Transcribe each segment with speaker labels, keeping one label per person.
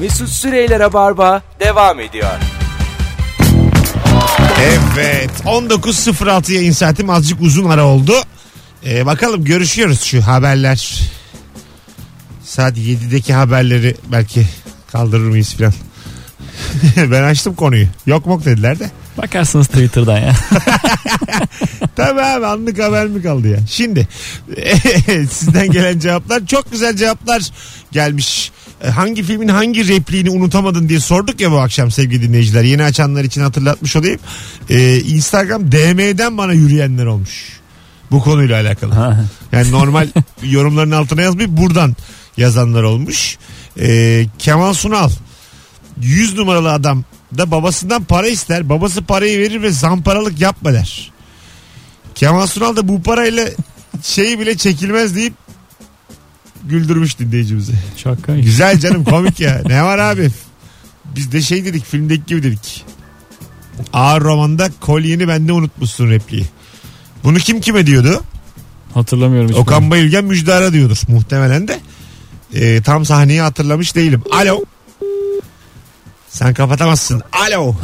Speaker 1: Mesut Süreyler'e barba devam ediyor.
Speaker 2: Evet 19.06 yayın saatim azıcık uzun ara oldu. Ee, bakalım görüşüyoruz şu haberler. Saat 7'deki haberleri belki kaldırır mıyız falan. ben açtım konuyu. Yok mok dediler de.
Speaker 3: Bakarsınız Twitter'dan ya.
Speaker 2: Tabii abi anlık haber mi kaldı ya? Şimdi sizden gelen cevaplar çok güzel cevaplar gelmiş. E, Hangi filmin hangi repliğini unutamadın diye sorduk ya bu akşam sevgili dinleyiciler. Yeni açanlar için hatırlatmış olayım. E, Instagram DM'den bana yürüyenler olmuş. Bu konuyla alakalı.
Speaker 3: Ha.
Speaker 2: Yani normal yorumların altına yazmayıp buradan yazanlar olmuş. E, Kemal Sunal 100 numaralı adam da babasından para ister. Babası parayı verir ve zamparalık yapma der. Kemal Sunal da bu parayla şeyi bile çekilmez deyip güldürmüş dinleyicimizi.
Speaker 3: Çok komik.
Speaker 2: Güzel canım komik ya. Ne var abi? Biz de şey dedik filmdeki gibi dedik. Ağır romanda kolyeni bende unutmuşsun repliği. Bunu kim kime diyordu?
Speaker 3: Hatırlamıyorum hiç.
Speaker 2: Okan Bayülgen Müjdar'a diyordur muhtemelen de. Ee, tam sahneyi hatırlamış değilim. Alo. Sen kapatamazsın. Alo.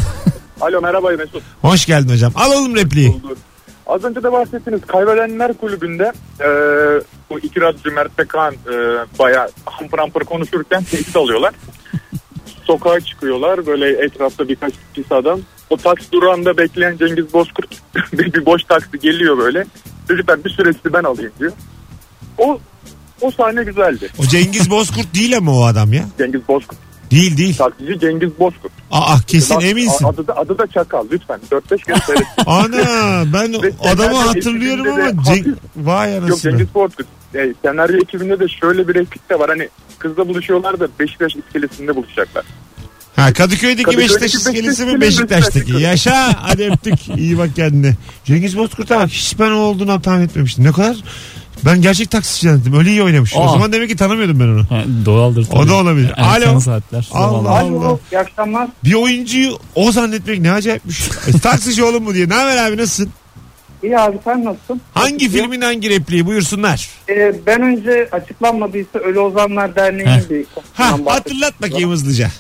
Speaker 4: Alo merhaba Mesut.
Speaker 2: Hoş geldin hocam. Al oğlum repliği.
Speaker 4: Oldu. Az önce de bahsettiniz Kaybedenler Kulübü'nde e, bu iki radyocu Mert ve Kaan e, baya hampır hampır konuşurken tehdit alıyorlar. Sokağa çıkıyorlar böyle etrafta birkaç pis adam. O taksi durağında bekleyen Cengiz Bozkurt bir, bir boş taksi geliyor böyle. Çocuklar bir süre sizi ben alayım diyor. O o sahne güzeldi.
Speaker 2: O Cengiz Bozkurt değil ama o adam ya.
Speaker 4: Cengiz Bozkurt.
Speaker 2: Değil değil.
Speaker 4: Taksici Cengiz Bozkurt.
Speaker 2: Aa kesin
Speaker 4: Bak,
Speaker 2: eminsin.
Speaker 4: Adı da, adı da Çakal lütfen. 4-5 kere seyret.
Speaker 2: Ana ben
Speaker 4: Ve
Speaker 2: adamı
Speaker 4: Fener'de
Speaker 2: hatırlıyorum
Speaker 4: eskiden de
Speaker 2: ama
Speaker 4: hafif-
Speaker 2: Cenk... Vay
Speaker 4: Yok
Speaker 2: anasını.
Speaker 4: Cengiz Bozkurt. E, senaryo ekibinde de şöyle bir replik de var. Hani kızla buluşuyorlar da Beşiktaş iskelesinde buluşacaklar.
Speaker 2: Ha, Kadıköy'deki
Speaker 4: Kadıköy'deki
Speaker 2: Beşiktaş iskelesi mi
Speaker 4: Beşiktaş'ın
Speaker 2: Beşiktaş'taki?
Speaker 4: Beşiktaş'ın.
Speaker 2: Yaşa hadi öptük. İyi bak kendine. Cengiz Bozkurt'a bak hiç ben o olduğunu tahmin etmemiştim. Ne kadar ben gerçek taksici zannettim. Öyle iyi oynamış. O
Speaker 3: Aa.
Speaker 2: zaman demek ki tanımıyordum ben onu.
Speaker 3: Ha, doğaldır tabii.
Speaker 2: O da olabilir.
Speaker 3: Erken
Speaker 2: Alo.
Speaker 3: saatler.
Speaker 2: Allah
Speaker 3: Zavallı.
Speaker 2: Allah.
Speaker 5: İyi akşamlar.
Speaker 2: Bir oyuncuyu o zannetmek ne acayipmiş. E, taksici oğlum mu diye. Ne haber abi nasılsın?
Speaker 5: İyi abi sen nasılsın?
Speaker 2: Hangi filmin hangi repliği buyursunlar.
Speaker 5: Ee, ben önce açıklanmadıysa Ölü Ozanlar Derneği'nin
Speaker 3: Heh.
Speaker 5: bir
Speaker 2: Ha,
Speaker 5: konusundan bahsedeyim.
Speaker 2: hatırlat bakayım hızlıca.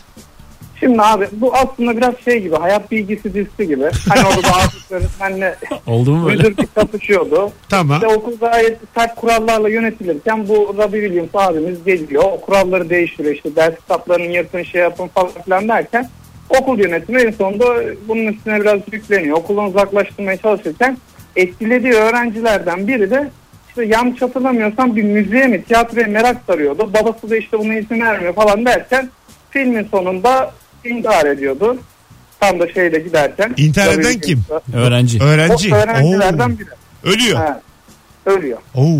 Speaker 5: Şimdi abi bu aslında biraz şey gibi hayat bilgisi dizisi gibi. Hani orada da Arif öğretmenle
Speaker 3: Oldu mu böyle?
Speaker 5: müdür kapışıyordu.
Speaker 2: Tamam.
Speaker 5: İşte okul gayet sert kurallarla yönetilirken bu Robbie Williams abimiz geliyor. O kuralları değiştiriyor işte ders kitaplarının yırtın şey yapın falan filan derken okul yönetimi en sonunda bunun üstüne biraz yükleniyor. Okuldan uzaklaştırmaya çalışırken etkilediği öğrencilerden biri de işte yanlış hatırlamıyorsam bir müziğe mi tiyatroya merak sarıyordu. Babası da işte buna izin vermiyor falan derken filmin sonunda intihar ediyordu. Tam da şeyle giderken.
Speaker 2: İntihar eden
Speaker 5: Robbie
Speaker 2: kim?
Speaker 5: Williams'la.
Speaker 3: Öğrenci.
Speaker 2: Öğrenci.
Speaker 5: O öğrencilerden
Speaker 2: Oo.
Speaker 5: biri.
Speaker 2: Ölüyor.
Speaker 5: Ha, ölüyor.
Speaker 2: Oo.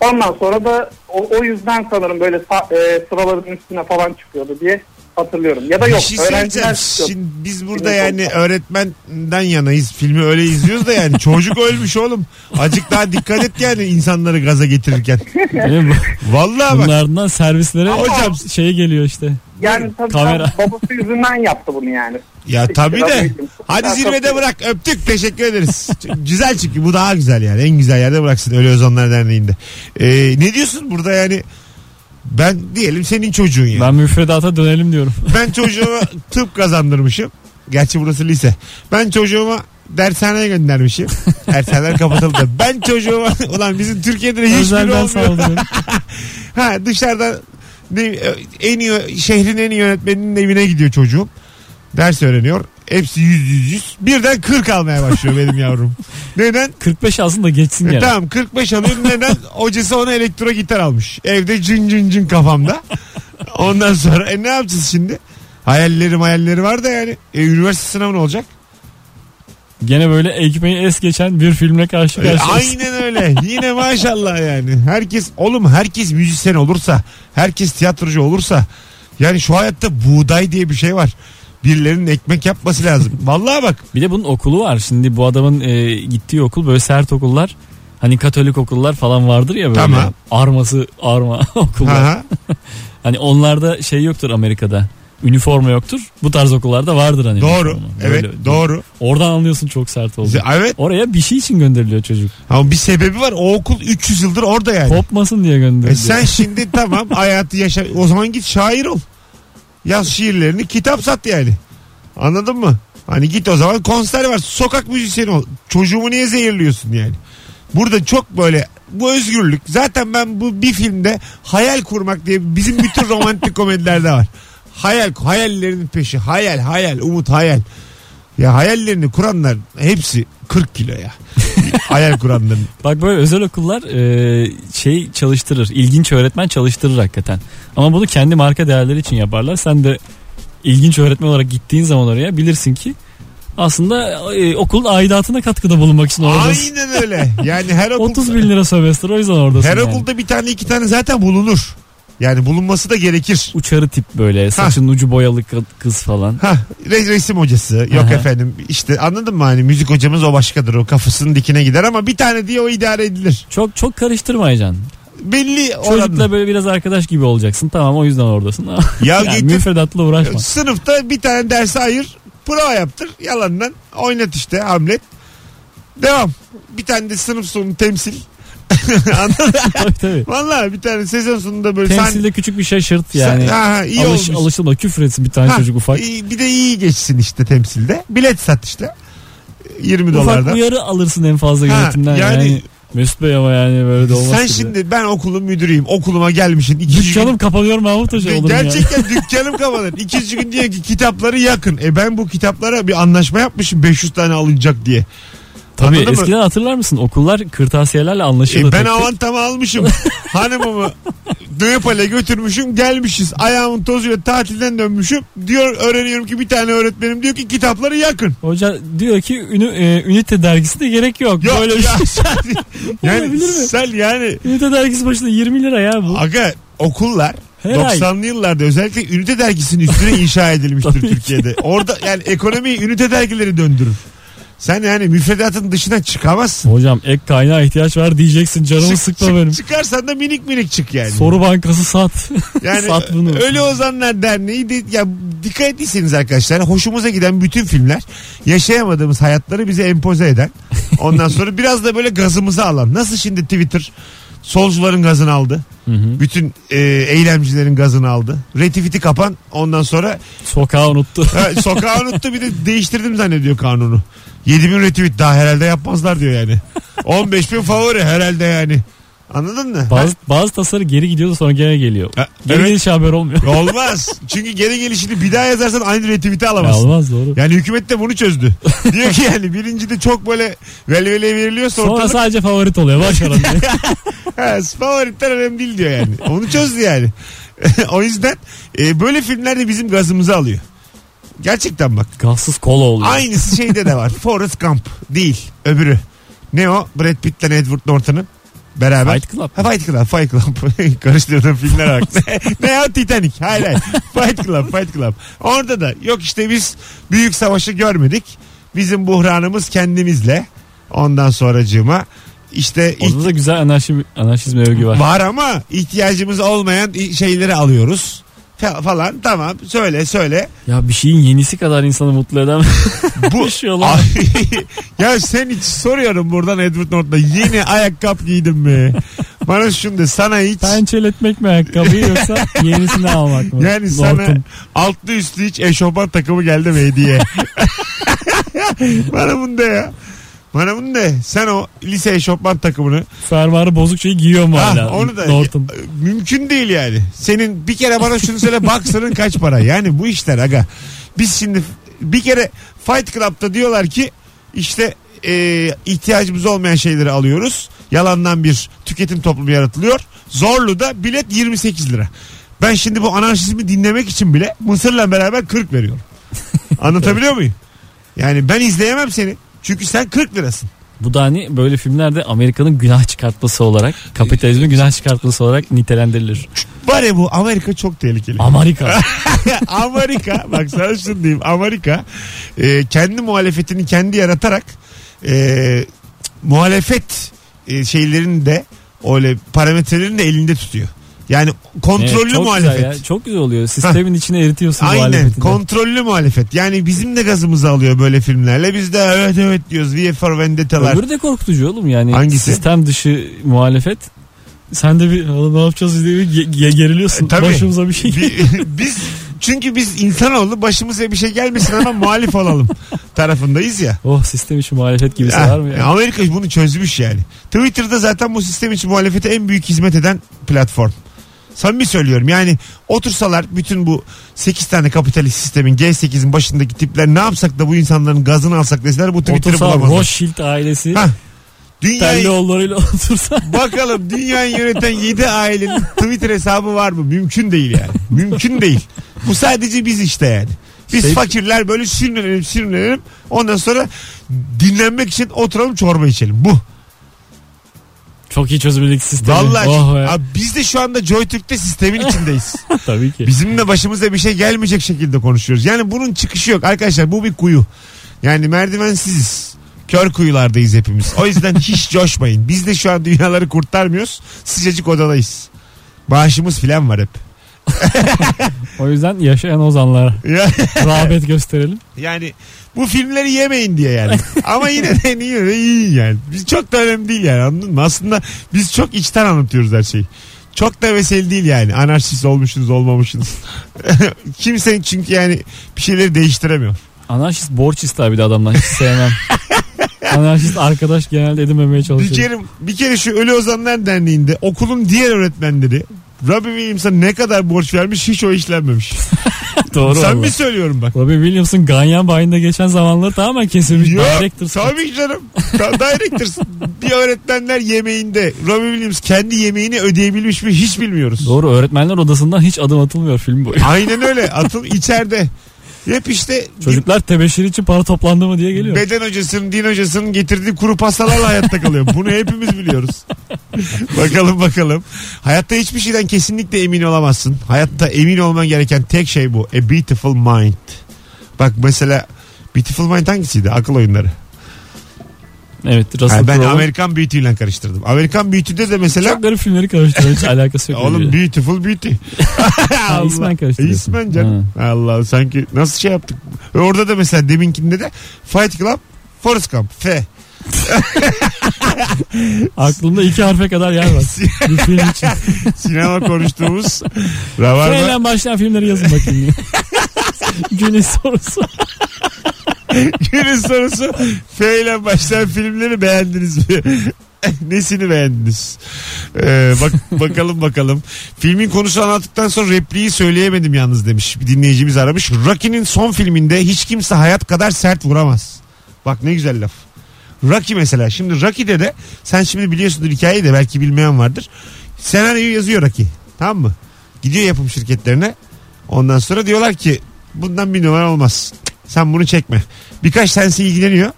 Speaker 5: Ondan sonra da o, o yüzden sanırım böyle sa- e, sıraların üstüne falan çıkıyordu diye hatırlıyorum. Ya da
Speaker 2: Bir
Speaker 5: yok
Speaker 2: şey söyleyeceğim.
Speaker 5: öğrenciler çıkıyordu.
Speaker 2: Şimdi biz burada
Speaker 5: Filmi
Speaker 2: yani
Speaker 5: çok-
Speaker 2: öğretmenden yanayız. Filmi öyle izliyoruz da yani çocuk ölmüş oğlum. Azıcık daha dikkat et yani insanları gaza getirirken.
Speaker 3: Değil mi?
Speaker 2: Vallahi bak.
Speaker 3: Bunun ardından servislere
Speaker 2: Ama-
Speaker 3: hocam şey geliyor işte.
Speaker 5: Yani tabii
Speaker 3: Kamera.
Speaker 5: tam babası yüzünden yaptı bunu yani.
Speaker 2: Ya tabii de.
Speaker 5: Selamünaleyküm.
Speaker 2: Hadi
Speaker 5: Ben
Speaker 2: zirvede
Speaker 5: çok-
Speaker 2: bırak. Öptük. Teşekkür ederiz. Çünkü güzel çünkü bu daha güzel yani. En güzel yerde bıraksın Ölü Ozanlar Derneği'nde. Ee, ne diyorsun burada yani? Ben diyelim senin çocuğun yani.
Speaker 3: Ben müfredata dönelim diyorum.
Speaker 2: Ben çocuğuma tıp kazandırmışım. Gerçi burası lise. Ben çocuğuma dershaneye göndermişim. Dershaneler kapatıldı. Ben çocuğuma ulan bizim Türkiye'de de hiçbiri
Speaker 3: Özelden
Speaker 2: olmuyor.
Speaker 3: sağlıyorum.
Speaker 2: Ha dışarıda ne, en iyi şehrin en iyi yönetmeninin evine gidiyor çocuğum. Ders öğreniyor. Hepsi yüz yüz yüz. Birden 40 almaya başlıyor benim yavrum. Neden?
Speaker 3: 45 alsın da geçsin
Speaker 2: E,
Speaker 3: gene.
Speaker 2: tamam 45 alıyor. Neden? Hocası ona elektro gitar almış. Evde cın cın cın kafamda. Ondan sonra e ne yapacağız şimdi? Hayalleri hayalleri var da yani. E, üniversite sınavı ne olacak?
Speaker 3: Gene böyle ekmeği es geçen bir filmle karşı
Speaker 2: E,
Speaker 3: karşıyayız.
Speaker 2: aynen öyle. Yine maşallah yani. Herkes oğlum herkes müzisyen olursa, herkes tiyatrocu olursa yani şu hayatta buğday diye bir şey var. Birilerinin ekmek yapması lazım. Vallahi bak.
Speaker 3: Bir de bunun okulu var. Şimdi bu adamın e, gittiği okul böyle sert okullar. Hani Katolik okullar falan vardır ya böyle.
Speaker 2: Tamam.
Speaker 3: Arması arma okullar.
Speaker 2: Ha ha.
Speaker 3: Hani onlarda şey yoktur Amerika'da. Üniforma yoktur. Bu tarz okullarda vardır hani.
Speaker 2: doğru.
Speaker 3: üniforma.
Speaker 2: Evet,
Speaker 3: Böyle-
Speaker 2: doğru.
Speaker 3: Oradan anlıyorsun çok sert oldu.
Speaker 2: Evet.
Speaker 3: Oraya bir şey için gönderiliyor çocuk.
Speaker 2: Ama bir sebebi var. O okul 300 yıldır orada yani.
Speaker 3: Kopmasın diye
Speaker 2: E
Speaker 3: gönderiliyor.
Speaker 2: sen şimdi tamam hayatı yaşa. O zaman git şair ol. Yaz şiirlerini kitap sat yani. Anladın mı? Hani git o zaman konser var. Sokak müzisyeni ol. Çocuğumu niye zehirliyorsun yani? Burada çok böyle bu özgürlük. Zaten ben bu bir filmde hayal kurmak diye bizim bütün romantik komedilerde var. Hayal, hayallerin peşi. Hayal, hayal, umut, hayal. Ya hayallerini kuranlar hepsi 40 kilo ya. hayal kuranların.
Speaker 3: Bak böyle özel okullar e, şey çalıştırır. İlginç öğretmen çalıştırır hakikaten. Ama bunu kendi marka değerleri için yaparlar. Sen de ilginç öğretmen olarak gittiğin zaman oraya bilirsin ki aslında e, okulun aidatına katkıda bulunmak için oradasın.
Speaker 2: Aynen öyle. Yani her okul
Speaker 3: 30 bin lira sömestr o yüzden oradasın.
Speaker 2: her
Speaker 3: yani.
Speaker 2: okulda bir tane iki tane zaten bulunur. Yani bulunması da gerekir.
Speaker 3: Uçarı tip böyle saçın ucu boyalı kı- kız falan.
Speaker 2: Ha resim hocası yok
Speaker 3: Aha.
Speaker 2: efendim işte anladın mı hani müzik hocamız o başkadır o kafasının dikine gider ama bir tane diye o idare edilir.
Speaker 3: Çok çok karıştırmayacaksın.
Speaker 2: Belli oranda.
Speaker 3: Çocukla böyle biraz arkadaş gibi olacaksın. Tamam o yüzden oradasın.
Speaker 2: Ya
Speaker 3: Ya
Speaker 2: getir-
Speaker 3: müfredatla uğraşma.
Speaker 2: Sınıfta bir tane derse ayır prova yaptır yalandan oynat işte Hamlet. Devam. Bir tane de sınıf sonu temsil. Anladın mı?
Speaker 3: tabii tabii.
Speaker 2: Vallahi bir tane sezon sonunda böyle sahne-
Speaker 3: Temsilde küçük bir şaşırt
Speaker 2: Sen-
Speaker 3: yani.
Speaker 2: Aha, iyi
Speaker 3: Alış,
Speaker 2: olmuş.
Speaker 3: alışılma küfür etsin bir tane
Speaker 2: Ha,
Speaker 3: çocuk ufak.
Speaker 2: iyi- bir de iyi geçsin işte temsilde. Bilet sat işte. E, 20
Speaker 3: Ufak
Speaker 2: dolardan.
Speaker 3: uyarı alırsın en fazla
Speaker 2: Ha,
Speaker 3: yönetimden
Speaker 2: yani-
Speaker 3: yani. Mesut Bey ama yani böyle de olmaz
Speaker 2: Sen
Speaker 3: gibi.
Speaker 2: şimdi ben okulun müdürüyüm. Okuluma gelmişsin. İkinci
Speaker 3: Dükkanım kapanıyor Mahmut Hoca
Speaker 2: gün,
Speaker 3: olur mu ya?
Speaker 2: gerçekten dükkanım kapanır. İkinci gün diyor ki kitapları yakın. E ben bu kitaplara bir anlaşma yapmışım 500 tane alınacak diye.
Speaker 3: Tabii
Speaker 2: Anladın mı?
Speaker 3: eskiden hatırlar mısın? Okullar kırtasiyelerle anlaşırdı.
Speaker 2: E ben
Speaker 3: Tek-
Speaker 2: avantamı almışım. Hanımımı Nöpal'e götürmüşüm. Gelmişiz. Ayağımın tozuyla tatilden dönmüşüm. Diyor öğreniyorum ki bir tane öğretmenim diyor ki kitapları yakın.
Speaker 3: Hoca diyor ki ünü, e, ünite dergisinde gerek yok.
Speaker 2: Yok
Speaker 3: Böyle bir
Speaker 2: ya
Speaker 3: şey.
Speaker 2: sen, yani
Speaker 3: Olabilir mi?
Speaker 2: sen yani
Speaker 3: Ünite dergisi başına 20 lira ya bu.
Speaker 2: aga okullar
Speaker 3: Her
Speaker 2: 90'lı yıllarda özellikle ünite dergisinin üstüne inşa edilmiştir
Speaker 3: Tabii ki.
Speaker 2: Türkiye'de. Orada yani ekonomiyi ünite dergileri döndürür. Sen yani müfredatın dışına çıkamazsın.
Speaker 3: Hocam ek kaynağa ihtiyaç var diyeceksin canımı
Speaker 2: Çık-
Speaker 3: sıkma
Speaker 2: çık-
Speaker 3: benim.
Speaker 2: Çıkarsan da minik minik çık yani.
Speaker 3: Soru bankası sat.
Speaker 2: Yani
Speaker 3: Sat bunu.
Speaker 2: Ölü Ozanlar Derneği de, ya dikkat ettiyseniz arkadaşlar hoşumuza giden bütün filmler yaşayamadığımız hayatları bize empoze eden. Ondan sonra biraz da böyle gazımızı alan. Nasıl şimdi Twitter solcuların gazını aldı.
Speaker 3: Hı hı.
Speaker 2: Bütün e, eylemcilerin gazını aldı. Retifiti kapan ondan sonra
Speaker 3: Sokağı unuttu.
Speaker 2: ha, sokağı unuttu bir de değiştirdim zannediyor kanunu. 7000 retweet daha herhalde yapmazlar diyor yani. 15000 favori herhalde yani. Anladın mı?
Speaker 3: Bazı, bazı tasarı geri gidiyor da sonra gene geliyor.
Speaker 2: Ha,
Speaker 3: Geri
Speaker 2: evet.
Speaker 3: gelişi haber olmuyor.
Speaker 2: Olmaz. Çünkü geri gelişini bir daha yazarsan aynı retweet'i
Speaker 3: Ya
Speaker 2: alamazsın.
Speaker 3: Olmaz doğru.
Speaker 2: Yani hükümet de bunu çözdü. Diyor ki yani birincide çok böyle velveleye veriliyorsa
Speaker 3: Sonra
Speaker 2: ortalık
Speaker 3: sadece favorit oluyor. Baş aran diye.
Speaker 2: ha, favoritler önemli değil diyor yani. Onu çözdü yani. o yüzden e, böyle filmler de bizim gazımızı alıyor. Gerçekten bak.
Speaker 3: Gazsız kola oluyor.
Speaker 2: Aynısı şeyde de var. Forrest Gump değil öbürü. Ne o? Brad Pitt'le Edward Norton'ın beraber.
Speaker 3: Fight Club.
Speaker 2: Ha, Fight Club, Fight Club. Karıştırdım filmler bak. ne, ne ya Titanic? Hayır hayır. Fight Club, Fight Club. Orada da yok işte biz büyük savaşı görmedik. Bizim buhranımız kendimizle. Ondan sonracığıma işte
Speaker 3: Orada da güzel anarşi, anarşizme övgü var.
Speaker 2: Var ama ihtiyacımız olmayan i- şeyleri alıyoruz. Fa- falan tamam söyle söyle.
Speaker 3: Ya bir şeyin yenisi kadar insanı mutlu eden
Speaker 2: Bu
Speaker 3: bir şey olamaz.
Speaker 2: Ay, ya sen hiç soruyorum buradan Edward Norton'a yeni ayakkabı giydin mi? Bana şunu de sana hiç
Speaker 3: Pençeletmek mi ayakkabıyı yoksa yenisini almak mı?
Speaker 2: yani sana
Speaker 3: Norton.
Speaker 2: altlı üstlü hiç eşofman takımı geldi mi hediye? Bana bunu de ya. Bana bunu de. Sen o lise eşofman takımını
Speaker 3: Fermuarı bozuk şeyi giyiyor mu
Speaker 2: Ah,
Speaker 3: hala?
Speaker 2: onu da
Speaker 3: Norton.
Speaker 2: Ya, mümkün değil yani. Senin bir kere bana şunu söyle baksının kaç para. Yani bu işler aga. Biz şimdi bir kere Fight Club'da diyorlar ki işte e, ihtiyacımız olmayan şeyleri alıyoruz. Yalandan bir tüketim toplumu yaratılıyor. Zorlu'da bilet 28 lira. Ben şimdi bu anarşizmi dinlemek için bile Mısır'la beraber 40 veriyorum. Anlatabiliyor muyum? Yani ben izleyemem seni. Çünkü sen 40 lirasın.
Speaker 3: Bu da hani böyle filmlerde Amerika'nın günah çıkartması olarak, kapitalizmin günah çıkartması olarak nitelendirilir.
Speaker 2: Var ya bu Amerika çok tehlikeli.
Speaker 3: Amerika.
Speaker 2: Amerika bak sana şunu diyeyim Amerika e, kendi muhalefetini kendi yaratarak e, muhalefet e, şeylerini de öyle parametrelerini de elinde tutuyor. Yani kontrollü
Speaker 3: Evet, çok
Speaker 2: muhalefet.
Speaker 3: Güzel ya. Çok güzel oluyor. Sistemin içine eritiyorsun
Speaker 2: Aynen
Speaker 3: muhalefetini.
Speaker 2: kontrollü muhalefet. Yani bizim de gazımızı alıyor böyle filmlerle. Biz de evet evet diyoruz. V for Vendetta'lar.
Speaker 3: Öbürü de korkutucu oğlum yani.
Speaker 2: Hangisi?
Speaker 3: Sistem dışı muhalefet. Sen de bir "Oğlum ne yapacağız diye bir ge- ge- geriliyorsun.
Speaker 2: E, tabii.
Speaker 3: Başımıza bir şey.
Speaker 2: Bi- biz Çünkü biz insanoğlu başımıza bir şey gelmesin ama muhalif olalım tarafındayız ya.
Speaker 3: Oh sistem için muhalefet gibi
Speaker 2: Ha,
Speaker 3: var mı ya?
Speaker 2: Eh, Amerika bunu çözmüş yani. Twitter'da zaten bu sistem için muhalefete en büyük hizmet eden platform. Samimi söylüyorum yani otursalar bütün bu 8 tane kapitalist sistemin G8'in başındaki tipler ne yapsak da bu insanların gazını alsak deseler bu Twitter'ı
Speaker 3: Otursa
Speaker 2: bulamazlar.
Speaker 3: Rothschild ailesi
Speaker 2: Ha, Dünyayı,
Speaker 3: Terlioğulları'yla otursa
Speaker 2: Bakalım dünyayı yöneten 7 ailenin Twitter hesabı var mı? Mümkün değil yani. Mümkün değil. Bu sadece biz işte yani. Biz
Speaker 3: Şey-
Speaker 2: fakirler böyle sürünelim sürünelim. Ondan sonra dinlenmek için oturalım çorba içelim. Bu.
Speaker 3: çok iyi çözümlülük sistemi.
Speaker 2: Vallahi.
Speaker 3: Oh be.
Speaker 2: Abi biz de şu anda JoyTürk'te sistemin içindeyiz.
Speaker 3: Tabii ki.
Speaker 2: Bizim de başımıza bir şey gelmeyecek şekilde konuşuyoruz. Yani bunun çıkışı yok arkadaşlar. Bu bir kuyu. Yani merdivensiziz. Kör kuyulardayız hepimiz. O yüzden hiç coşmayın. Biz de şu an dünyaları kurtarmıyoruz. Sıcacık odadayız. Bağışımız filan var hep.
Speaker 3: O yüzden yaşayan ozanlara
Speaker 2: Ya-
Speaker 3: rağbet gösterelim.
Speaker 2: yani bu filmleri yemeyin diye yani. Ama yine de niye de yiyin yani. Biz çok da önemli değil yani anladın mı? Aslında biz çok içten anlatıyoruz her şeyi. Çok da vesel değil yani. Anarşist olmuşsunuz olmamışsınız. Kimsenin çünkü yani bir şeyleri değiştiremiyor.
Speaker 3: Anarşist borç ister bir de adamdan. Hiç sevmem. Anarşist arkadaş genelde edinmemeye
Speaker 2: Bir
Speaker 3: çalışıyor.
Speaker 2: kere, bir kere şu Ölü Ozanlar Derneği'nde okulun diğer öğretmenleri Robbie Williams'a ne kadar borç vermiş hiç o işlenmemiş.
Speaker 3: Doğru
Speaker 2: Sen
Speaker 3: valla.
Speaker 2: mi söylüyorum bak.
Speaker 3: Robbie Williams'ın Ganyan bayında geçen zamanları tamamen kesilmiş.
Speaker 2: Yok
Speaker 3: Director
Speaker 2: tabii ki canım. Ta- Directors. bir öğretmenler yemeğinde Robbie Williams kendi yemeğini ödeyebilmiş mi hiç bilmiyoruz.
Speaker 3: Doğru öğretmenler odasından hiç adım atılmıyor film boyu.
Speaker 2: Aynen öyle. Atıl içeride. Hep işte
Speaker 3: Çocuklar tebeşir için para toplandı mı diye geliyor.
Speaker 2: beden hocasının, din hocasının getirdiği kuru pastalarla hayatta kalıyor. Bunu hepimiz biliyoruz. bakalım bakalım. Hayatta hiçbir şeyden kesinlikle emin olamazsın. Hayatta emin olman gereken tek şey bu. A beautiful mind. Bak mesela Beautiful Mind hangisiydi? Akıl oyunları.
Speaker 3: Evet Russell
Speaker 2: Ha, ben
Speaker 3: Crowe'un
Speaker 2: Amerikan Beauty ile karıştırdım. Amerikan Beauty'de de mesela
Speaker 3: çok garip filmleri karıştırıyor. Hiç alakası yok.
Speaker 2: Oğlum
Speaker 3: birbiriyle.
Speaker 2: Beautiful Beauty.
Speaker 3: Ha, İsmen karıştırıyorsun.
Speaker 2: İsmen canım. Allah sanki nasıl şey yaptık. E Orada da mesela deminkinde de Fight Club Forrest Gump F.
Speaker 3: Aklımda iki harfe kadar yer var. Bir film için.
Speaker 2: Sinema konuştuğumuz Rabarba
Speaker 3: Neyle başlayan filmleri yazın bakayım. diye. Günün sorusu.
Speaker 2: günün sorusu F ile başlayan filmleri beğendiniz mi? Nesini beğendiniz? Ee, bak bakalım bakalım. Filmin konusu anlattıktan sonra repliği söyleyemedim yalnız demiş. Bir dinleyicimiz aramış. Rocky'nin son filminde hiç kimse hayat kadar sert vuramaz. Bak ne güzel laf. Rocky mesela. Şimdi Rocky'de de sen şimdi biliyorsundur hikayeyi de belki bilmeyen vardır. Senaryoyu yazıyor Rocky. Tamam mı? Gidiyor yapım şirketlerine. Ondan sonra diyorlar ki bundan bir numara olmaz. Sen bunu çekme. Birkaç tanesi ilgileniyor.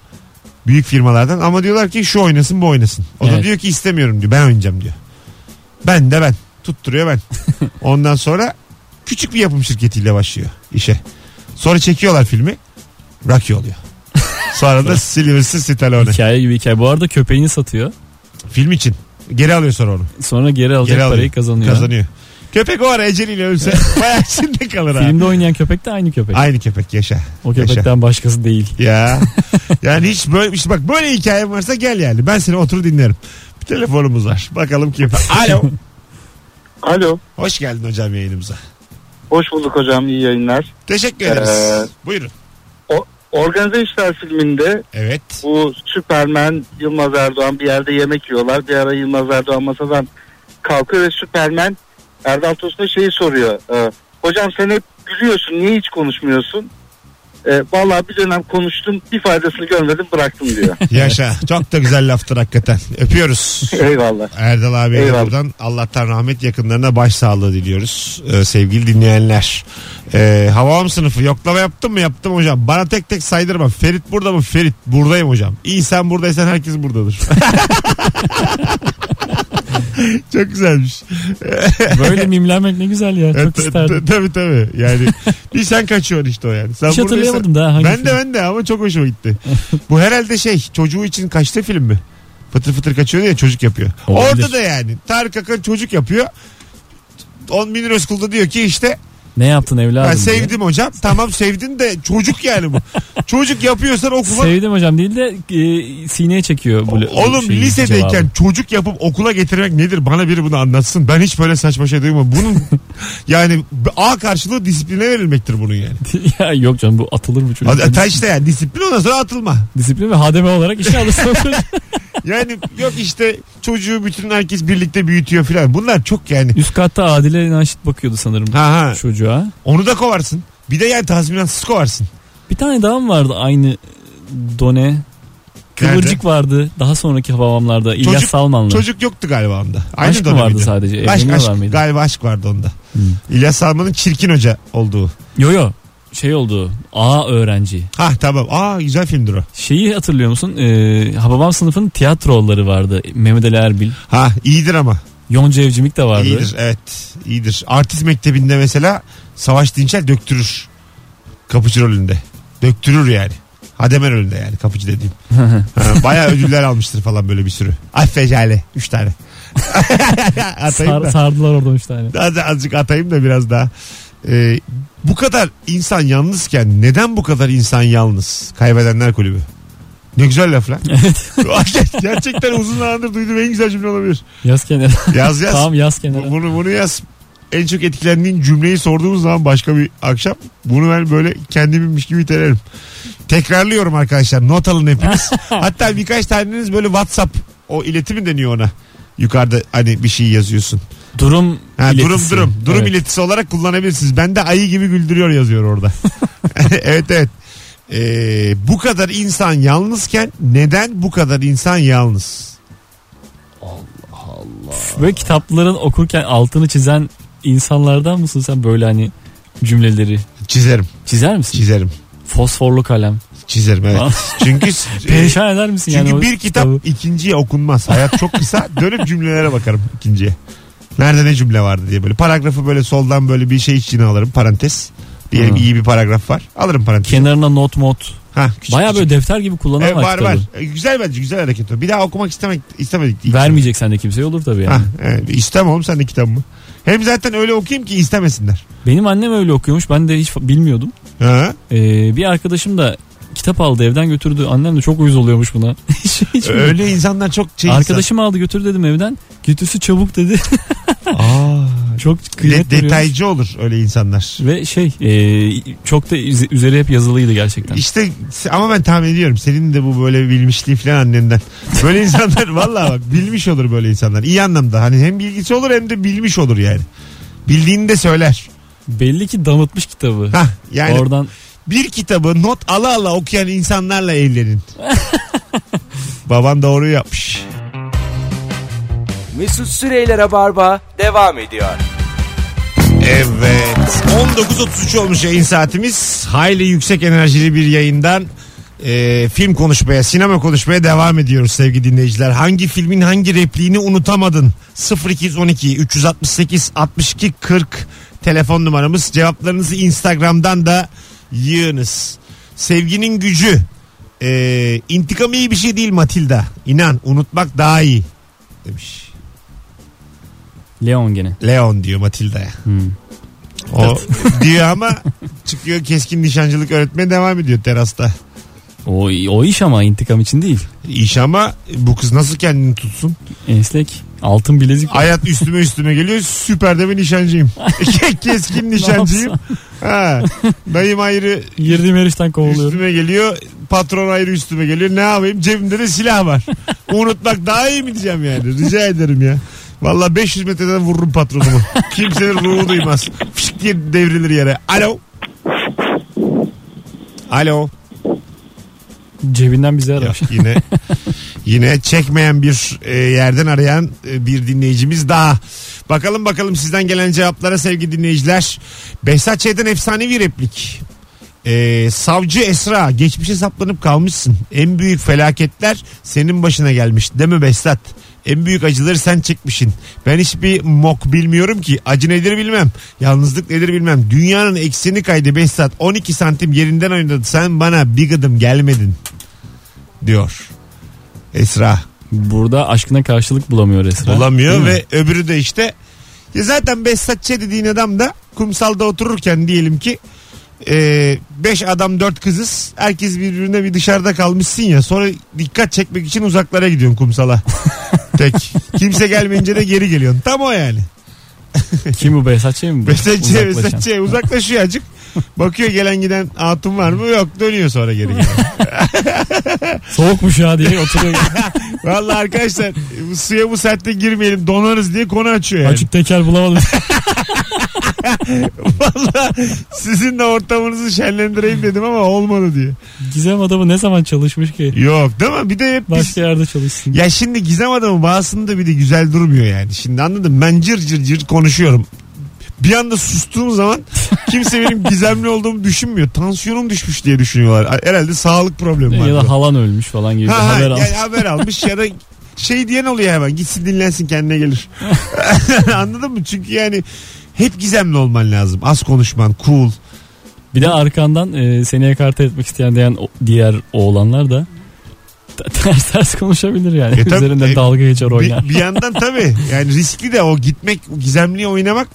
Speaker 2: Büyük firmalardan ama diyorlar ki şu oynasın bu oynasın. O da
Speaker 3: Evet.
Speaker 2: diyor ki istemiyorum diyor. Ben oynayacağım diyor. Ben de ben. Tutturuyor ben. Ondan sonra küçük bir yapım şirketiyle başlıyor işe. Sonra çekiyorlar filmi. Rocky oluyor. Sonra da Sylvester Stallone.
Speaker 3: hikaye gibi hikaye. Bu arada köpeğini satıyor.
Speaker 2: Film için. Geri alıyor sonra onu.
Speaker 3: Sonra geri alacak
Speaker 2: Geri alıyor.
Speaker 3: parayı kazanıyor.
Speaker 2: Kazanıyor. Köpek o ara eceliyle ölse bayağı içinde kalır ha.
Speaker 3: Filmde oynayan köpek de aynı köpek.
Speaker 2: Aynı köpek yaşa.
Speaker 3: o
Speaker 2: yaşa.
Speaker 3: köpekten başkası değil.
Speaker 2: Ya. Yani hiç böyle işte bak böyle hikayem varsa gel yani. Ben seni otur dinlerim. Bir telefonumuz var. Bakalım kim. Alo.
Speaker 6: Alo.
Speaker 2: Hoş geldin hocam yayınımıza.
Speaker 6: Hoş bulduk hocam. iyi yayınlar.
Speaker 2: Teşekkür ederiz.
Speaker 6: Ee,
Speaker 2: Buyurun.
Speaker 6: Organize İşler filminde
Speaker 2: Evet.
Speaker 6: bu Süpermen Yılmaz Erdoğan bir yerde yemek yiyorlar. Bir ara Yılmaz Erdoğan masadan kalkıyor ve Süpermen Erdal Tosun'a şeyi soruyor. Ee, hocam sen hep gülüyorsun niye hiç konuşmuyorsun? Ee, Valla bir dönem konuştum bir faydasını görmedim bıraktım diyor.
Speaker 2: Yaşa. Çok da güzel laftır hakikaten. Öpüyoruz.
Speaker 6: Eyvallah.
Speaker 2: Erdal abiye de
Speaker 6: Eyvallah.
Speaker 2: buradan Allah'tan rahmet yakınlarına başsağlığı diliyoruz ee, sevgili dinleyenler. Ee, havam sınıfı yoklama yaptım mı yaptım hocam. Bana tek tek saydırma. Ferit burada mı? Ferit buradayım hocam. İyi sen buradaysan herkes buradadır. Çok güzelmiş.
Speaker 3: Böyle mimlenmek ne güzel ya. Çok isterdim.
Speaker 2: tabii tabii. Yani bir sen kaçıyorsun işte o yani. Sen
Speaker 3: Hiç
Speaker 2: buradaysan-
Speaker 3: hatırlayamadım daha hangi
Speaker 2: ben de
Speaker 3: film.
Speaker 2: ben de ama çok hoşuma gitti. Bu herhalde şey çocuğu için kaçtı film mi? Fıtır fıtır kaçıyor ya çocuk yapıyor.
Speaker 3: Olabilir.
Speaker 2: Orada da yani Tarık Akan çocuk yapıyor. 10 bin lira okulda diyor ki işte
Speaker 3: Ne yaptın evladım?
Speaker 2: Ben
Speaker 3: diye.
Speaker 2: sevdim hocam. Tamam sevdin de çocuk yani bu. çocuk yapıyorsan okula
Speaker 3: Sevdim hocam değil de e, sineye çekiyor. Bu,
Speaker 2: Oğlum
Speaker 3: şeyi,
Speaker 2: lisedeyken
Speaker 3: cevabı.
Speaker 2: çocuk yapıp okula getirmek nedir? Bana biri bunu anlatsın. Ben hiç böyle saçma şey duymadım. Bunun yani A karşılığı disipline verilmektir bunun yani.
Speaker 3: ya yok canım bu atılır mı çocuk?
Speaker 2: Hatta işte yani disiplin ondan sonra atılma.
Speaker 3: Disiplin ve HDM olarak işe alırsın.
Speaker 2: Yani yok işte çocuğu bütün herkes birlikte büyütüyor filan. Bunlar çok yani.
Speaker 3: Üst katta Adile Naşit bakıyordu sanırım
Speaker 2: Ha ha.
Speaker 3: çocuğa.
Speaker 2: Onu da kovarsın. Bir de yani tazminatsız kovarsın.
Speaker 3: Bir tane daha mı vardı aynı done? Kıvırcık
Speaker 2: Nerede?
Speaker 3: vardı daha sonraki havamlarda İlyas
Speaker 2: Çocuk-
Speaker 3: Salman'la.
Speaker 2: Çocuk yoktu galiba onda. Aynı
Speaker 3: Aşk mı
Speaker 2: dönemiydi.
Speaker 3: vardı sadece?
Speaker 2: Aşk,
Speaker 3: Evleniyorlar
Speaker 2: aşk.
Speaker 3: mıydı?
Speaker 2: Galiba aşk vardı onda. İlyas Salman'ın çirkin hoca olduğu.
Speaker 3: Yo yo şey oldu A öğrenci.
Speaker 2: Ha tamam. Aa güzel filmdir o.
Speaker 3: Şeyi hatırlıyor musun? Ee, Hababam sınıfının tiyatroları vardı. Mehmet Ali Erbil.
Speaker 2: Ha iyidir ama.
Speaker 3: Yonca Evcimik de vardı.
Speaker 2: İyidir evet iyidir. Artist mektebinde mesela Savaş Dinçel döktürür. Kapıcı rolünde. Döktürür yani. Hademen rolünde yani kapıcı dediğim. Ha, Bayağı ödüller almıştır falan böyle bir sürü. Affecale. Üç tane. atayım
Speaker 3: Sar-
Speaker 2: da.
Speaker 3: sardılar orada üç tane.
Speaker 2: Az- azıcık atayım da biraz daha. Ee, bu kadar insan yalnızken neden bu kadar insan yalnız? Kaybedenler kulübü. Ne güzel laf lan. Gerçekten uzun zamandır duyduğum en güzel cümle olabilir.
Speaker 3: Yaz kenara.
Speaker 2: Yaz yaz.
Speaker 3: tamam yaz
Speaker 2: Bu-
Speaker 3: kenara.
Speaker 2: Bunu bunu yaz. En çok etkilendiğin cümleyi sorduğumuz zaman başka bir akşam bunu ben böyle kendiminmiş gibi itelerim. Tekrarlıyorum arkadaşlar. Not alın hepiniz. Hatta birkaç taneniz böyle WhatsApp o iletimi deniyor ona. Yukarıda hani bir şey yazıyorsun.
Speaker 3: Durum
Speaker 2: Ha, durum
Speaker 3: iletisi.
Speaker 2: durum. Durum
Speaker 3: Evet.
Speaker 2: iletisi olarak kullanabilirsiniz. Ben de ayı gibi güldürüyor yazıyor orada. evet evet. Ee, bu kadar insan yalnızken neden bu kadar insan yalnız?
Speaker 3: Böyle kitapların okurken altını çizen insanlardan mısın sen böyle hani cümleleri
Speaker 2: Çizerim,
Speaker 3: çizer misin?
Speaker 2: çizerim,
Speaker 3: Fosforlu kalem.
Speaker 2: çizerim evet. Çünkü e,
Speaker 3: Perişan eder misin yani?
Speaker 2: Ee, Çünkü
Speaker 3: o
Speaker 2: bir kitap
Speaker 3: kitabı?
Speaker 2: ikinciye okunmaz. Hayat çok kısa. Dönüp cümlelere bakarım ikinciye. Nerede ne cümle vardı diye böyle. Paragrafı böyle soldan böyle bir şey içine alırım parantez. Diyelim
Speaker 3: Hı.
Speaker 2: iyi bir paragraf var. Alırım parantez.
Speaker 3: Kenarına not mot.
Speaker 2: ha, küçük
Speaker 3: Baya
Speaker 2: küçük.
Speaker 3: böyle defter gibi kullanan
Speaker 2: Evet,
Speaker 3: var,
Speaker 2: var
Speaker 3: kitabı.
Speaker 2: var. E, Güzel bence güzel hareket o. Bir daha okumak istemek istemedik. diye.
Speaker 3: Vermeyecek sende kimseye olur tabii yani.
Speaker 2: Ha, evet. İstem oğlum sen de kitabımı. Hem zaten öyle okuyayım ki istemesinler.
Speaker 3: Benim annem öyle okuyormuş. Ben de hiç fa- bilmiyordum.
Speaker 2: Ha?
Speaker 3: Ee, bir arkadaşım da kitap aldı evden götürdü. Annem de çok uyuz oluyormuş buna. hiç, hiç bilmiyorum.
Speaker 2: Öyle insanlar çok şey
Speaker 3: Arkadaşım aldı götür dedim evden. Götüsü çabuk dedi.
Speaker 2: insan. Aa,
Speaker 3: çok
Speaker 2: de-
Speaker 3: kıymet veriyormuş.
Speaker 2: detaycı olur öyle insanlar.
Speaker 3: Ve şey e, çok da üze- üzeri hep yazılıydı gerçekten.
Speaker 2: İşte ama ben tahmin ediyorum senin de bu böyle bilmişliği falan annenden. Böyle insanlar vallahi bak bilmiş olur böyle insanlar. İyi anlamda hani hem bilgisi olur hem de bilmiş olur yani. Bildiğini de söyler.
Speaker 3: Belli ki damıtmış kitabı.
Speaker 2: Hah, yani
Speaker 3: Oradan
Speaker 2: bir kitabı not ala ala okuyan insanlarla evlenin. Baban doğru yapmış.
Speaker 1: Mesut Süreyler'e barba devam ediyor.
Speaker 2: Evet. 19.33 olmuş yayın saatimiz. Hayli yüksek enerjili bir yayından e, film konuşmaya, sinema konuşmaya devam ediyoruz sevgili dinleyiciler. Hangi filmin hangi repliğini unutamadın? 0212 368 62 40 telefon numaramız. Cevaplarınızı Instagram'dan da yığınız. Sevginin gücü. E, intikam iyi bir şey değil Matilda. İnan unutmak daha iyi demiş.
Speaker 3: Leon gene.
Speaker 2: Leon diyor Matilda'ya.
Speaker 3: Hmm.
Speaker 2: O diyor ama çıkıyor keskin nişancılık öğretmeye devam ediyor terasta.
Speaker 3: O, o iş ama intikam için değil.
Speaker 2: İş ama bu kız nasıl kendini tutsun?
Speaker 3: Enslek. Altın bilezik.
Speaker 2: Hayat üstüme üstüme geliyor. Süper de ben nişancıyım. keskin nişancıyım. Ha. Dayım ayrı
Speaker 3: Girdiğim her işten kovuluyorum.
Speaker 2: üstüme geliyor. Patron ayrı üstüme geliyor. Ne yapayım? Cebimde de silah var. Unutmak daha iyi mi diyeceğim yani? Rica ederim ya. Valla 500 metreden vururum patronumu. Kimsenin ruhu duymaz. Fışk diye devrilir yere. Alo. Alo.
Speaker 3: Cebinden bizi
Speaker 2: Ya
Speaker 3: aramış.
Speaker 2: yine yine çekmeyen bir e, yerden arayan e, bir dinleyicimiz daha. Bakalım bakalım sizden gelen cevaplara sevgili dinleyiciler. Behzat Ç'den efsanevi replik. E, savcı Esra geçmişe saplanıp kalmışsın. En büyük felaketler senin başına gelmiş. Deme Behzat. En büyük acıları sen çekmişsin. Ben hiçbir mok bilmiyorum ki. Acı nedir bilmem. Yalnızlık nedir bilmem. Dünyanın ekseni kaydı Behzat. 12 santim yerinden oynadı. Sen bana bir gıdım gelmedin diyor. Esra
Speaker 3: Burada aşkına karşılık bulamıyor Esra.
Speaker 2: bulamıyor
Speaker 3: Değil mi?
Speaker 2: ve öbürü de işte Ya zaten Behzatçı dediğin adam da kumsalda otururken diyelim ki 5 adam 4 kızız. Herkes birbirine bir dışarıda kalmışsın ya. Sonra dikkat çekmek için uzaklara gidiyorsun kumsala. Tek. Kimse gelmeyince de geri geliyorsun. Tam o yani.
Speaker 3: Kim bu Behzat Ç mi bu?
Speaker 2: Behzatçı
Speaker 3: Uzaklaşan.
Speaker 2: Behzatçı uzaklaşıyor acık. Bakıyor gelen giden hatun var mı? Yok dönüyor sonra geri geliyor.
Speaker 3: Soğukmuş ya diye oturuyor.
Speaker 2: Vallahi arkadaşlar bu suya bu saatte girmeyelim donarız diye konu açıyor yani.
Speaker 3: Açık teker bulamadım.
Speaker 2: Vallahi sizin de ortamınızı şenlendireyim dedim ama olmadı diye.
Speaker 3: Gizem adamı ne zaman çalışmış ki?
Speaker 2: Yok değil mi? Bir de hep biz...
Speaker 3: Başka yerde çalışsın.
Speaker 2: Ya şimdi gizem adamı bağısında bir de güzel durmuyor yani. Şimdi anladın mı? Ben cır cır cır konuşuyorum. Bir anda sustuğum zaman kimse benim gizemli olduğumu düşünmüyor. Tansiyonum düşmüş diye düşünüyorlar. Herhalde sağlık problemi var.
Speaker 3: Ya da halan ölmüş falan gibi bir
Speaker 2: Ha, ha,
Speaker 3: haber
Speaker 2: yani
Speaker 3: al.
Speaker 2: haber almış ya da şey diyen oluyor hemen gitsin dinlensin kendine gelir. Anladın mı? Çünkü yani hep gizemli olman lazım. Az konuşman, cool.
Speaker 3: Bir de arkandan e, seni ekarte etmek isteyen diyen o- diğer oğlanlar da t- ters ters konuşabilir yani.
Speaker 2: E tabii,
Speaker 3: Üzerinde
Speaker 2: e,
Speaker 3: dalga geçer oynar.
Speaker 2: Bir, bir yandan tabii yani riskli de o gitmek, o gizemliye oynamak.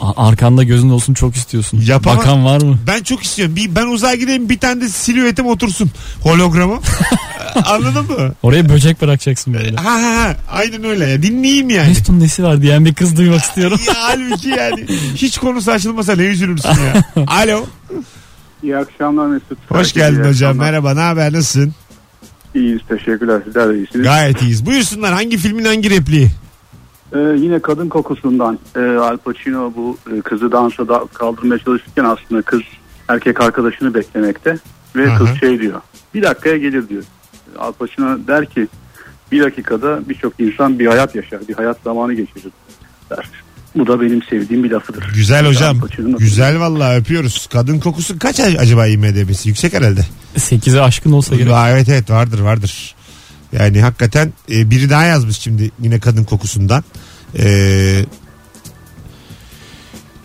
Speaker 3: A- Arkanda gözün olsun çok istiyorsun.
Speaker 2: Yapamaz-
Speaker 3: Bakan var mı?
Speaker 2: Ben çok istiyorum. Bir, ben uzağa gideyim bir tane de silüetim otursun. Hologramı. Anladın mı?
Speaker 3: Oraya böcek bırakacaksın böyle.
Speaker 2: Ha ha ha. Aynen öyle ya. Dinleyeyim yani.
Speaker 3: Mesut'un nesi var diyen bir kız duymak istiyorum.
Speaker 2: ya halbuki yani hiç konusu açılmasa ne üzülürsün ya. Alo.
Speaker 7: İyi akşamlar Mesut.
Speaker 2: Hoş
Speaker 7: Herkese iyi
Speaker 2: geldin hocam.
Speaker 7: akşamlar.
Speaker 2: Merhaba. Ne haber? Nasılsın?
Speaker 7: İyiyiz teşekkürler sizler de iyisiniz.
Speaker 2: Gayet iyiyiz. Buyursunlar hangi filmin hangi repliği?
Speaker 7: Ee, yine kadın kokusundan e, Al Pacino bu e, kızı dansa da kaldırmaya çalışırken aslında kız erkek arkadaşını beklemekte ve
Speaker 2: Aha.
Speaker 7: kız şey diyor bir dakikaya gelir diyor. Al Pacino der ki bir dakikada birçok insan bir hayat yaşar bir hayat zamanı geçirir der. Bu da benim sevdiğim bir lafıdır.
Speaker 2: Güzel hocam.
Speaker 7: Al Pacino'nun-
Speaker 2: Güzel vallahi öpüyoruz. Kadın kokusu kaç acaba IMDB'si? Yüksek herhalde.
Speaker 3: 8'e aşkın olsa gerek.
Speaker 2: Aa, evet evet vardır vardır. Yani hakikaten e, biri daha yazmış şimdi yine kadın kokusundan. E,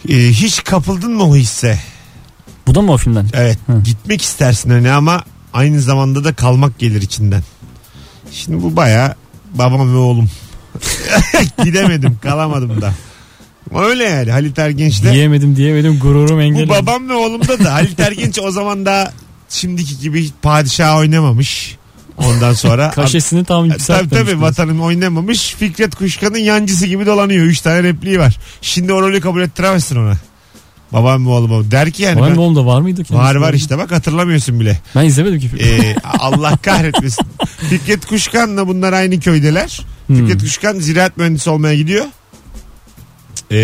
Speaker 2: e, hiç kapıldın mı o hisse?
Speaker 3: Bu da mı o filmden?
Speaker 2: Evet
Speaker 3: Hı.
Speaker 2: gitmek istersin hani ama aynı zamanda da kalmak gelir içinden. Şimdi bu baya babam ve oğlum. Gidemedim kalamadım da. Öyle yani Halit Ergenç de.
Speaker 3: Diyemedim diyemedim gururum engel.
Speaker 2: Bu babam ve oğlumda da Halit Ergenç o zaman da şimdiki gibi padişah oynamamış. Ondan sonra
Speaker 3: Kaşesini tam
Speaker 2: E, Tabii
Speaker 3: yükseltmemiş.
Speaker 2: tabii vatanın oynamamış. Fikret Kuşkan'ın yancısı gibi dolanıyor. Üç tane repliği var. Şimdi o rolü kabul ettiremezsin ona. Babam mı oğlum mu? Der ki yani.
Speaker 3: Ulan
Speaker 2: ben-
Speaker 3: oğlum da var mıydı? kendisi?
Speaker 2: var var işte bak hatırlamıyorsun bile.
Speaker 3: Ben izlemedim ki filmi.
Speaker 2: Ee, Allah kahretmesin. Fikret Kuşkan'la bunlar aynı köydeler.
Speaker 3: Hmm.
Speaker 2: Fikret Kuşkan ziraat mühendisi olmaya gidiyor. Ee,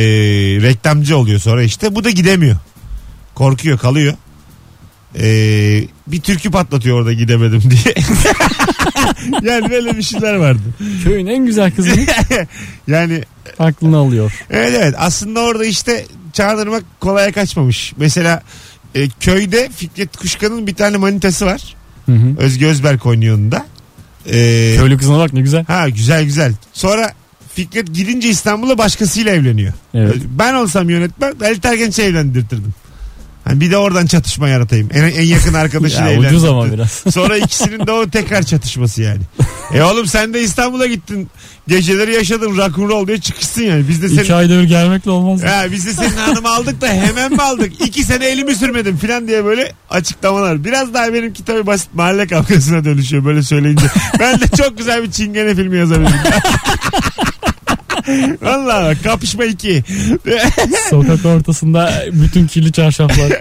Speaker 2: reklamcı oluyor sonra işte. Bu da gidemiyor. Korkuyor kalıyor. Ee, bir türkü patlatıyor orada gidemedim diye. yani böyle bir şeyler vardı.
Speaker 3: Köyün en güzel
Speaker 2: e,
Speaker 3: kızını
Speaker 2: Yani
Speaker 3: aklını alıyor.
Speaker 2: evet evet aslında orada işte çağdırmak kolaya kaçmamış. Mesela e, köyde Fikret Kuşkan'ın bir tane manitası var.
Speaker 3: Hı hı.
Speaker 2: Özge Özberk oynuyor onu da. Ee,
Speaker 3: Köylü kızına bak ne güzel.
Speaker 2: ha güzel güzel. Sonra Fikret gidince İstanbul'a başkasıyla evleniyor.
Speaker 3: Evet.
Speaker 2: Ben olsam yönetmen Halit Ergenç'e evlendirtirdim. Hani bir de oradan çatışma yaratayım. En, en yakın arkadaşıyla
Speaker 3: Ya, ucuz
Speaker 2: evlendirdim.
Speaker 3: ama biraz.
Speaker 2: Sonra ikisinin de o tekrar çatışması yani. E oğlum sen de İstanbul'a gittin. Geceleri yaşadın rock'n'roll diye çıkışsın yani. Biz de senin
Speaker 3: İki ayda bir gelmekle olmaz.
Speaker 2: Ha, biz de senin hanımı aldık da hemen mi aldık? İki sene elimi sürmedim falan diye böyle açıklamalar. Biraz daha benimki tabii basit mahalle kavgasına dönüşüyor böyle söyleyince. Ben de çok güzel bir çingene filmi yazabilirim. Valla bak, kapışma iki.
Speaker 3: Sokak ortasında bütün kirli çarşaflar.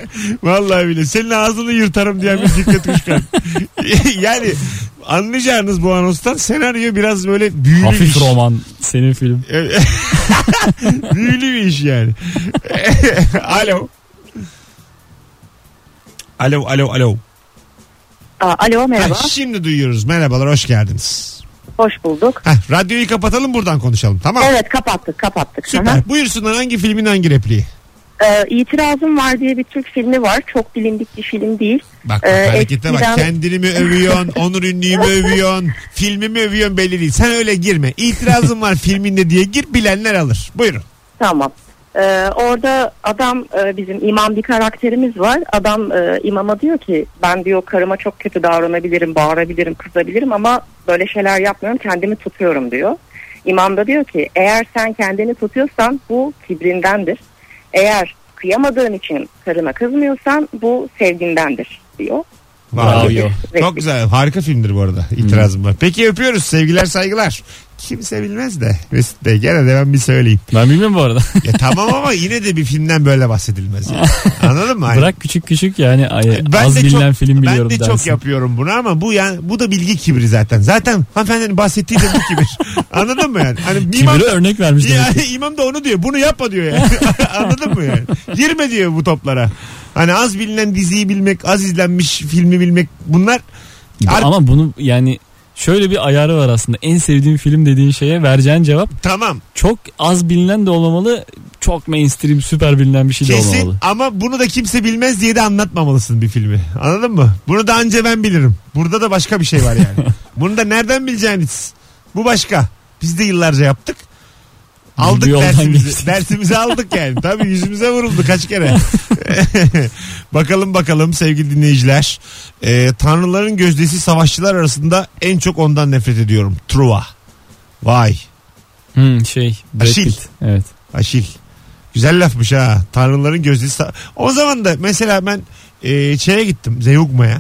Speaker 2: Vallahi bile. Senin ağzını yırtarım diyen bir dikkat kuşkan. yani anlayacağınız bu anonstan senaryo biraz böyle büyülü bir
Speaker 3: Hafif
Speaker 2: iş.
Speaker 3: roman senin film.
Speaker 2: büyülü bir iş yani. alo. Alo alo alo.
Speaker 8: Aa, alo merhaba.
Speaker 2: Ha, şimdi duyuyoruz. Merhabalar hoş geldiniz.
Speaker 8: Hoş bulduk.
Speaker 2: Ha, radyoyu kapatalım buradan konuşalım tamam
Speaker 8: Evet kapattık kapattık.
Speaker 2: Süper.
Speaker 8: Aha.
Speaker 2: Buyursunlar hangi filmin hangi repliği?
Speaker 8: Ee, İtirazım Var diye bir Türk filmi var. Çok bilindik bir film değil.
Speaker 2: Bak,
Speaker 8: Ee,
Speaker 2: bak harekete bak.
Speaker 8: eskiden-
Speaker 2: Kendini mi övüyorsun? Onur Ünlü'yü mü övüyorsun? Filmi mi övüyorsun belli değil. Sen öyle girme. İtirazın var filminde diye gir bilenler alır. Buyurun.
Speaker 8: Tamam. Ee, orada adam e, bizim imam bir karakterimiz var. Adam e, imama diyor ki ben diyor karıma çok kötü davranabilirim, bağırabilirim, kızabilirim ama böyle şeyler yapmıyorum kendimi tutuyorum diyor. İmam da diyor ki eğer sen kendini tutuyorsan bu kibrindendir. Eğer kıyamadığın için karına kızmıyorsan bu sevgindendir diyor.
Speaker 2: Vay.
Speaker 3: Bravo.
Speaker 2: Çok güzel. Harika filmdir bu arada. İtirazım var. Peki öpüyoruz. Sevgiler saygılar. Kimse bilmez de Mesut Bey gene de ben bir söyleyeyim.
Speaker 3: Ben bilmiyorum bu arada.
Speaker 2: Ya tamam ama yine de bir filmden böyle bahsedilmez. Yani. Anladın mı? Hani-
Speaker 3: Bırak küçük küçük yani ay-
Speaker 2: Ben
Speaker 3: az
Speaker 2: de
Speaker 3: bilinen
Speaker 2: çok-
Speaker 3: film biliyorum
Speaker 2: Ben de
Speaker 3: dersin.
Speaker 2: çok yapıyorum bunu ama bu yani bu da bilgi kibri zaten. Zaten hanımefendinin bahsettiği de bu kibir. Anladın mı yani? Hani imam,
Speaker 3: Kibir'e örnek vermiş demek
Speaker 2: yani imam da onu diyor. Bunu yapma diyor yani. Anladın mı yani? Girme diyor bu toplara. Hani az bilinen diziyi bilmek, az izlenmiş filmi bilmek bunlar Ar-
Speaker 3: Ama bunu yani şöyle bir ayarı var aslında. En sevdiğim film dediğin şeye vereceğin cevap
Speaker 2: tamam
Speaker 3: çok az bilinen de olmamalı. Çok mainstream süper bilinen bir şey de
Speaker 2: kesin
Speaker 3: olmamalı.
Speaker 2: ama bunu da kimse bilmez diye de anlatmamalısın bir filmi. Anladın mı? Bunu da anca ben bilirim. Burada da başka bir şey var yani. bunu da nereden bileceğiniz? Bu başka. Biz de yıllarca yaptık. Aldık
Speaker 3: Bu yoldan
Speaker 2: dersimizi.
Speaker 3: geçtik.
Speaker 2: Dersimizi aldık yani. Tabii yüzümüze vuruldu kaç kere. bakalım bakalım sevgili dinleyiciler. Ee, tanrıların gözdesi savaşçılar arasında en çok ondan nefret ediyorum. Truva. Vay.
Speaker 3: Hmm, şey Brad
Speaker 2: Aşil.
Speaker 3: Pitt. Evet.
Speaker 2: Aşil. Güzel lafmış ha. Tanrıların gözdesi. sa- O zaman da mesela ben e, şeye gittim. Zeugma'ya.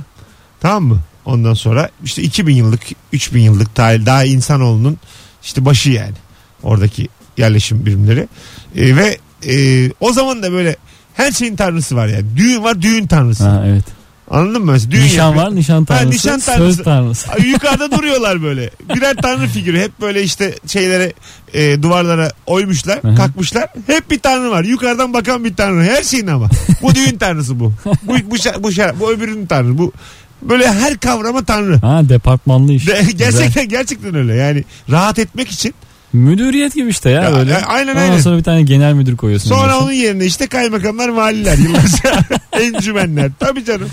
Speaker 2: Tamam mı? Ondan sonra işte 2000 yıllık, 3000 yıllık tarih daha insanoğlunun işte başı yani. Oradaki yerleşim birimleri. E, ve e, o zaman da böyle her şeyin tanrısı var yani. Düğün var, düğün tanrısı.
Speaker 3: Ha, evet.
Speaker 2: Anladın mı? Mesela düğün
Speaker 3: nişan
Speaker 2: yapıyor.
Speaker 3: var nişan tanrısı,
Speaker 2: nişan tanrısı.
Speaker 3: söz tanrısı.
Speaker 2: Ay, Yukarıda duruyorlar böyle. Birer tanrı figürü. Hep böyle işte şeylere e, duvarlara oymuşlar,
Speaker 3: Hı hı.
Speaker 2: kalkmışlar. Hep bir tanrı var. Yukarıdan bakan bir tanrı. Her şeyin ama. Bu düğün tanrısı bu. Bu bu şa- bu, şa- bu öbürünün tanrı. Bu böyle her kavrama tanrı.
Speaker 3: Ha departmanlı iş.
Speaker 2: De-
Speaker 3: Güzel.
Speaker 2: gerçekten gerçekten öyle. Yani rahat etmek için
Speaker 3: Müdüriyet gibi işte ya,
Speaker 2: Ya,
Speaker 3: böyle.
Speaker 2: ya, aynen,
Speaker 3: Ondan
Speaker 2: aynen.
Speaker 3: sonra bir tane genel müdür koyuyorsun.
Speaker 2: sonra
Speaker 3: diyorsun.
Speaker 2: onun yerine işte kaymakamlar, valiler, yıllarca encümenler. Tabii canım.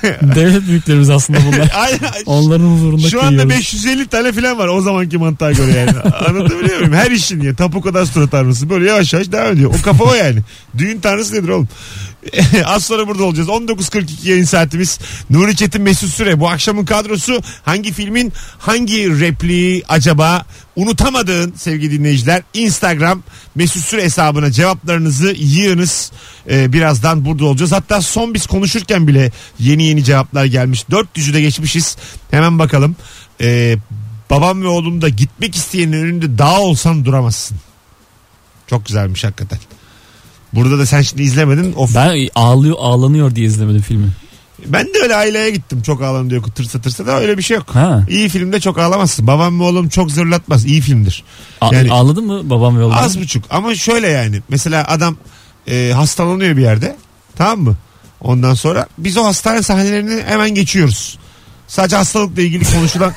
Speaker 3: şey. Devlet büyüklerimiz aslında bunlar.
Speaker 2: Aynen.
Speaker 3: Onların huzurunda
Speaker 2: Şu anda
Speaker 3: kıyıyoruz.
Speaker 2: 550 tane falan var o zamanki mantığa göre yani. Anlatabiliyor muyum? Her işin ya. Tapu kadastro tanrısı böyle yavaş yavaş devam ediyor. O kafa o yani. Düğün tanrısı nedir oğlum? Az sonra burada olacağız. 19.42 yayın saatimiz. Nuri Çetin Mesut Süre. Bu akşamın kadrosu hangi filmin hangi repliği acaba unutamadığın sevgili dinleyiciler. Instagram Mesut Süre hesabına cevaplarınızı yığınız. Ee, birazdan burada olacağız. Hatta son biz konuşurken bile yeni yeni cevaplar gelmiş. 400'ü de geçmişiz. Hemen bakalım. Ee, babam ve oğlum da gitmek isteyenin önünde dağ olsan duramazsın. Çok güzelmiş hakikaten. Burada da sen şimdi izlemedin. Of
Speaker 3: Ben ağlıyor ağlanıyor diye izlemedim filmi.
Speaker 2: ben de öyle aileye gittim çok ağlandı diyor tırsa tırsa da öyle bir şey yok.
Speaker 3: Ha.
Speaker 2: İyi filmde çok ağlamazsın. Babam ve oğlum çok zırlatmaz. İyi filmdir.
Speaker 3: A-
Speaker 2: Yani-
Speaker 3: ağladın mı babam ve oğlum?
Speaker 2: Az buçuk ama şöyle yani. Mesela adam e, hastalanıyor bir yerde. Tamam mı? Ondan sonra biz o hastane sahnelerini hemen geçiyoruz. Sadece hastalıkla ilgili konuşulan.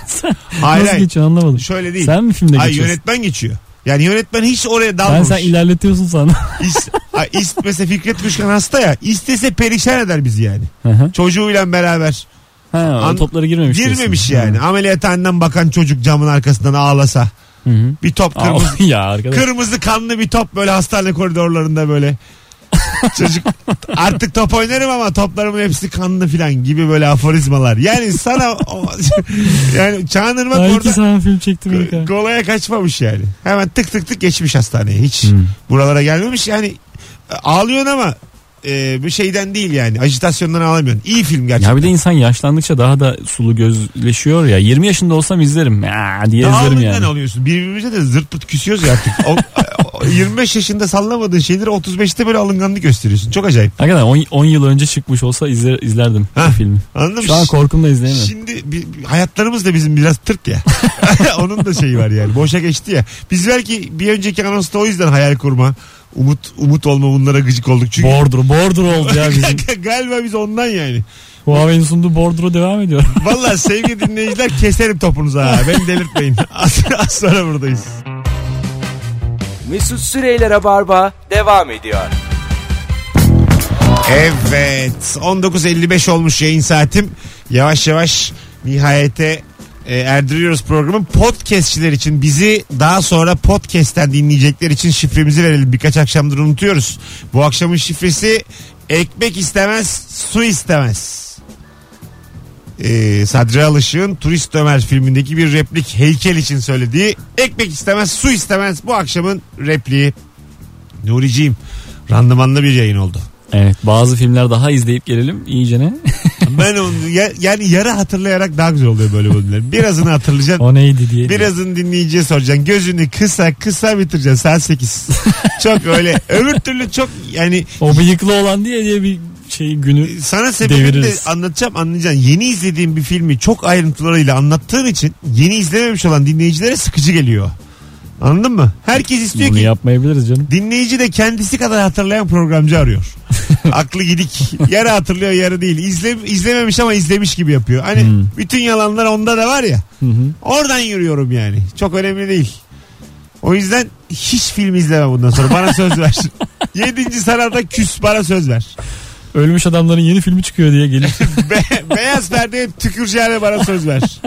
Speaker 2: hayır
Speaker 3: Nasıl
Speaker 2: hayır.
Speaker 3: geçiyor anlamadım.
Speaker 2: Şöyle değil.
Speaker 3: Sen mi filmde
Speaker 2: Ay
Speaker 3: geçiyorsun?
Speaker 2: yönetmen geçiyor. Yani yönetmen hiç oraya
Speaker 3: Ben
Speaker 2: dalmamış.
Speaker 3: sen ilerletiyorsun sana.
Speaker 2: İst, ay, ist, mesela Fikret Kuşkan hasta ya. İstese perişan eder bizi yani.
Speaker 3: ha,
Speaker 2: Çocuğuyla beraber.
Speaker 3: o
Speaker 2: An-
Speaker 3: toplara girmemiş. diyorsun.
Speaker 2: Girmemiş yani.
Speaker 3: Ha.
Speaker 2: Ameliyathaneden bakan çocuk camın arkasından ağlasa.
Speaker 3: Hı hı.
Speaker 2: Bir top
Speaker 3: Aa,
Speaker 2: kırmızı.
Speaker 3: ya arkadaş.
Speaker 2: Kırmızı kanlı bir top böyle hastane koridorlarında böyle. Çocuk artık top oynarım ama toplarımın hepsi kanlı filan gibi böyle aforizmalar. Yani sana o- yani Çağan Irmak
Speaker 3: Ay iki
Speaker 2: orada
Speaker 3: saat film çektim ilk ha.
Speaker 2: Ko- kolaya kaçmamış yani. Hemen tık tık tık geçmiş hastaneye. Hiç
Speaker 3: Hmm.
Speaker 2: buralara gelmemiş. Yani e, ağlıyorsun ama e, bir şeyden değil yani. Ajitasyondan ağlamıyorsun. İyi film gerçekten.
Speaker 3: Ya bir de insan yaşlandıkça daha da sulu gözleşiyor ya. 20 yaşında olsam izlerim. Ya diye şey izlerim
Speaker 2: Dağılımdan
Speaker 3: yani.
Speaker 2: alıyorsun. Birbirimize de zırt pırt küsüyoruz ya artık. O, o 25 yaşında sallamadığın şeyleri 35'te böyle alınganlık gösteriyorsun. Çok acayip.
Speaker 3: Hakikaten 10, 10 yıl önce çıkmış olsa izler, izlerdim
Speaker 2: Ha.
Speaker 3: bu filmi.
Speaker 2: Anladın mı?
Speaker 3: Şu an korkumla izleyemem.
Speaker 2: Şimdi bi- bi- hayatlarımız da bizim biraz tırt ya. Onun da şeyi var yani. Boşa geçti ya. Biz belki bir önceki anonsta o yüzden hayal kurma, umut umut olma bunlara gıcık olduk. Çünkü
Speaker 3: Bordro, bordro oldu ya bizim.
Speaker 2: galiba biz ondan yani.
Speaker 3: Huawei'nin sunduğu bordro devam ediyor.
Speaker 2: Valla sevgili dinleyiciler keserim topunuzu ha. Beni delirtmeyin. Az, az sonra buradayız.
Speaker 1: Mesut Süreyler'e barba devam ediyor.
Speaker 2: Evet 19.55 olmuş yayın saatim. Yavaş yavaş nihayete e, erdiriyoruz programın. Podcastçiler için bizi daha sonra podcast'ten dinleyecekler için şifremizi verelim. Birkaç akşamdır unutuyoruz. Bu akşamın şifresi ekmek istemez su istemez. e, Sadri Alışık'ın Turist Ömer filmindeki bir replik heykel için söylediği ekmek istemez su istemez bu akşamın repliği. Nuriciğim randımanlı bir yayın oldu.
Speaker 3: Evet bazı filmler daha izleyip gelelim iyicene.
Speaker 2: Ben onu ya- yani yarı hatırlayarak daha güzel oluyor böyle bölümler. Birazını hatırlayacaksın.
Speaker 3: o neydi diye.
Speaker 2: Birazını dinleyiciye soracaksın. Gözünü kısa kısa bitireceksin. Saat 8. çok öyle. Öbür türlü çok yani
Speaker 3: O bıyıklı olan diye diye bir şey günü.
Speaker 2: sana sebebini de
Speaker 3: Deviririz.
Speaker 2: anlatacağım anlayacaksın. Yeni izlediğim bir filmi çok ayrıntılarıyla anlattığın için yeni izlememiş olan dinleyicilere sıkıcı geliyor. Anladın mı? Herkes istiyor
Speaker 3: Bunu
Speaker 2: ki
Speaker 3: yapmayabiliriz canım.
Speaker 2: Dinleyici de kendisi kadar hatırlayan programcı arıyor. Aklı gidik. Yarı hatırlıyor yarı değil. İzle, izlememiş ama izlemiş gibi yapıyor. Hani
Speaker 3: Hmm.
Speaker 2: bütün yalanlar onda da var ya.
Speaker 3: Hı hı.
Speaker 2: Oradan yürüyorum yani. Çok önemli değil. O yüzden hiç film izleme bundan sonra. Bana söz ver. Yedinci sararda küs bana söz ver.
Speaker 3: Ölmüş adamların yeni filmi çıkıyor diye gelip
Speaker 2: Be- beyaz perdeye tüküreceğine bana söz ver.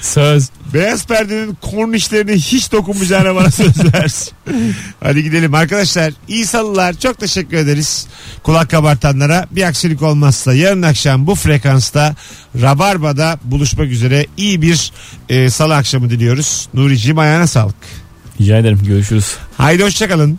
Speaker 3: söz.
Speaker 2: Beyaz perdenin kornişlerine hiç dokunmayacağına bana söz ver. Hadi gidelim arkadaşlar. İyi salılar. Çok teşekkür ederiz. Kulak kabartanlara bir aksilik olmazsa yarın akşam bu frekansta Rabarba'da buluşmak üzere iyi bir e, salı akşamı diliyoruz. Nuriciğim ayağına sağlık.
Speaker 3: Rica ederim görüşürüz.
Speaker 2: Haydi hoşçakalın.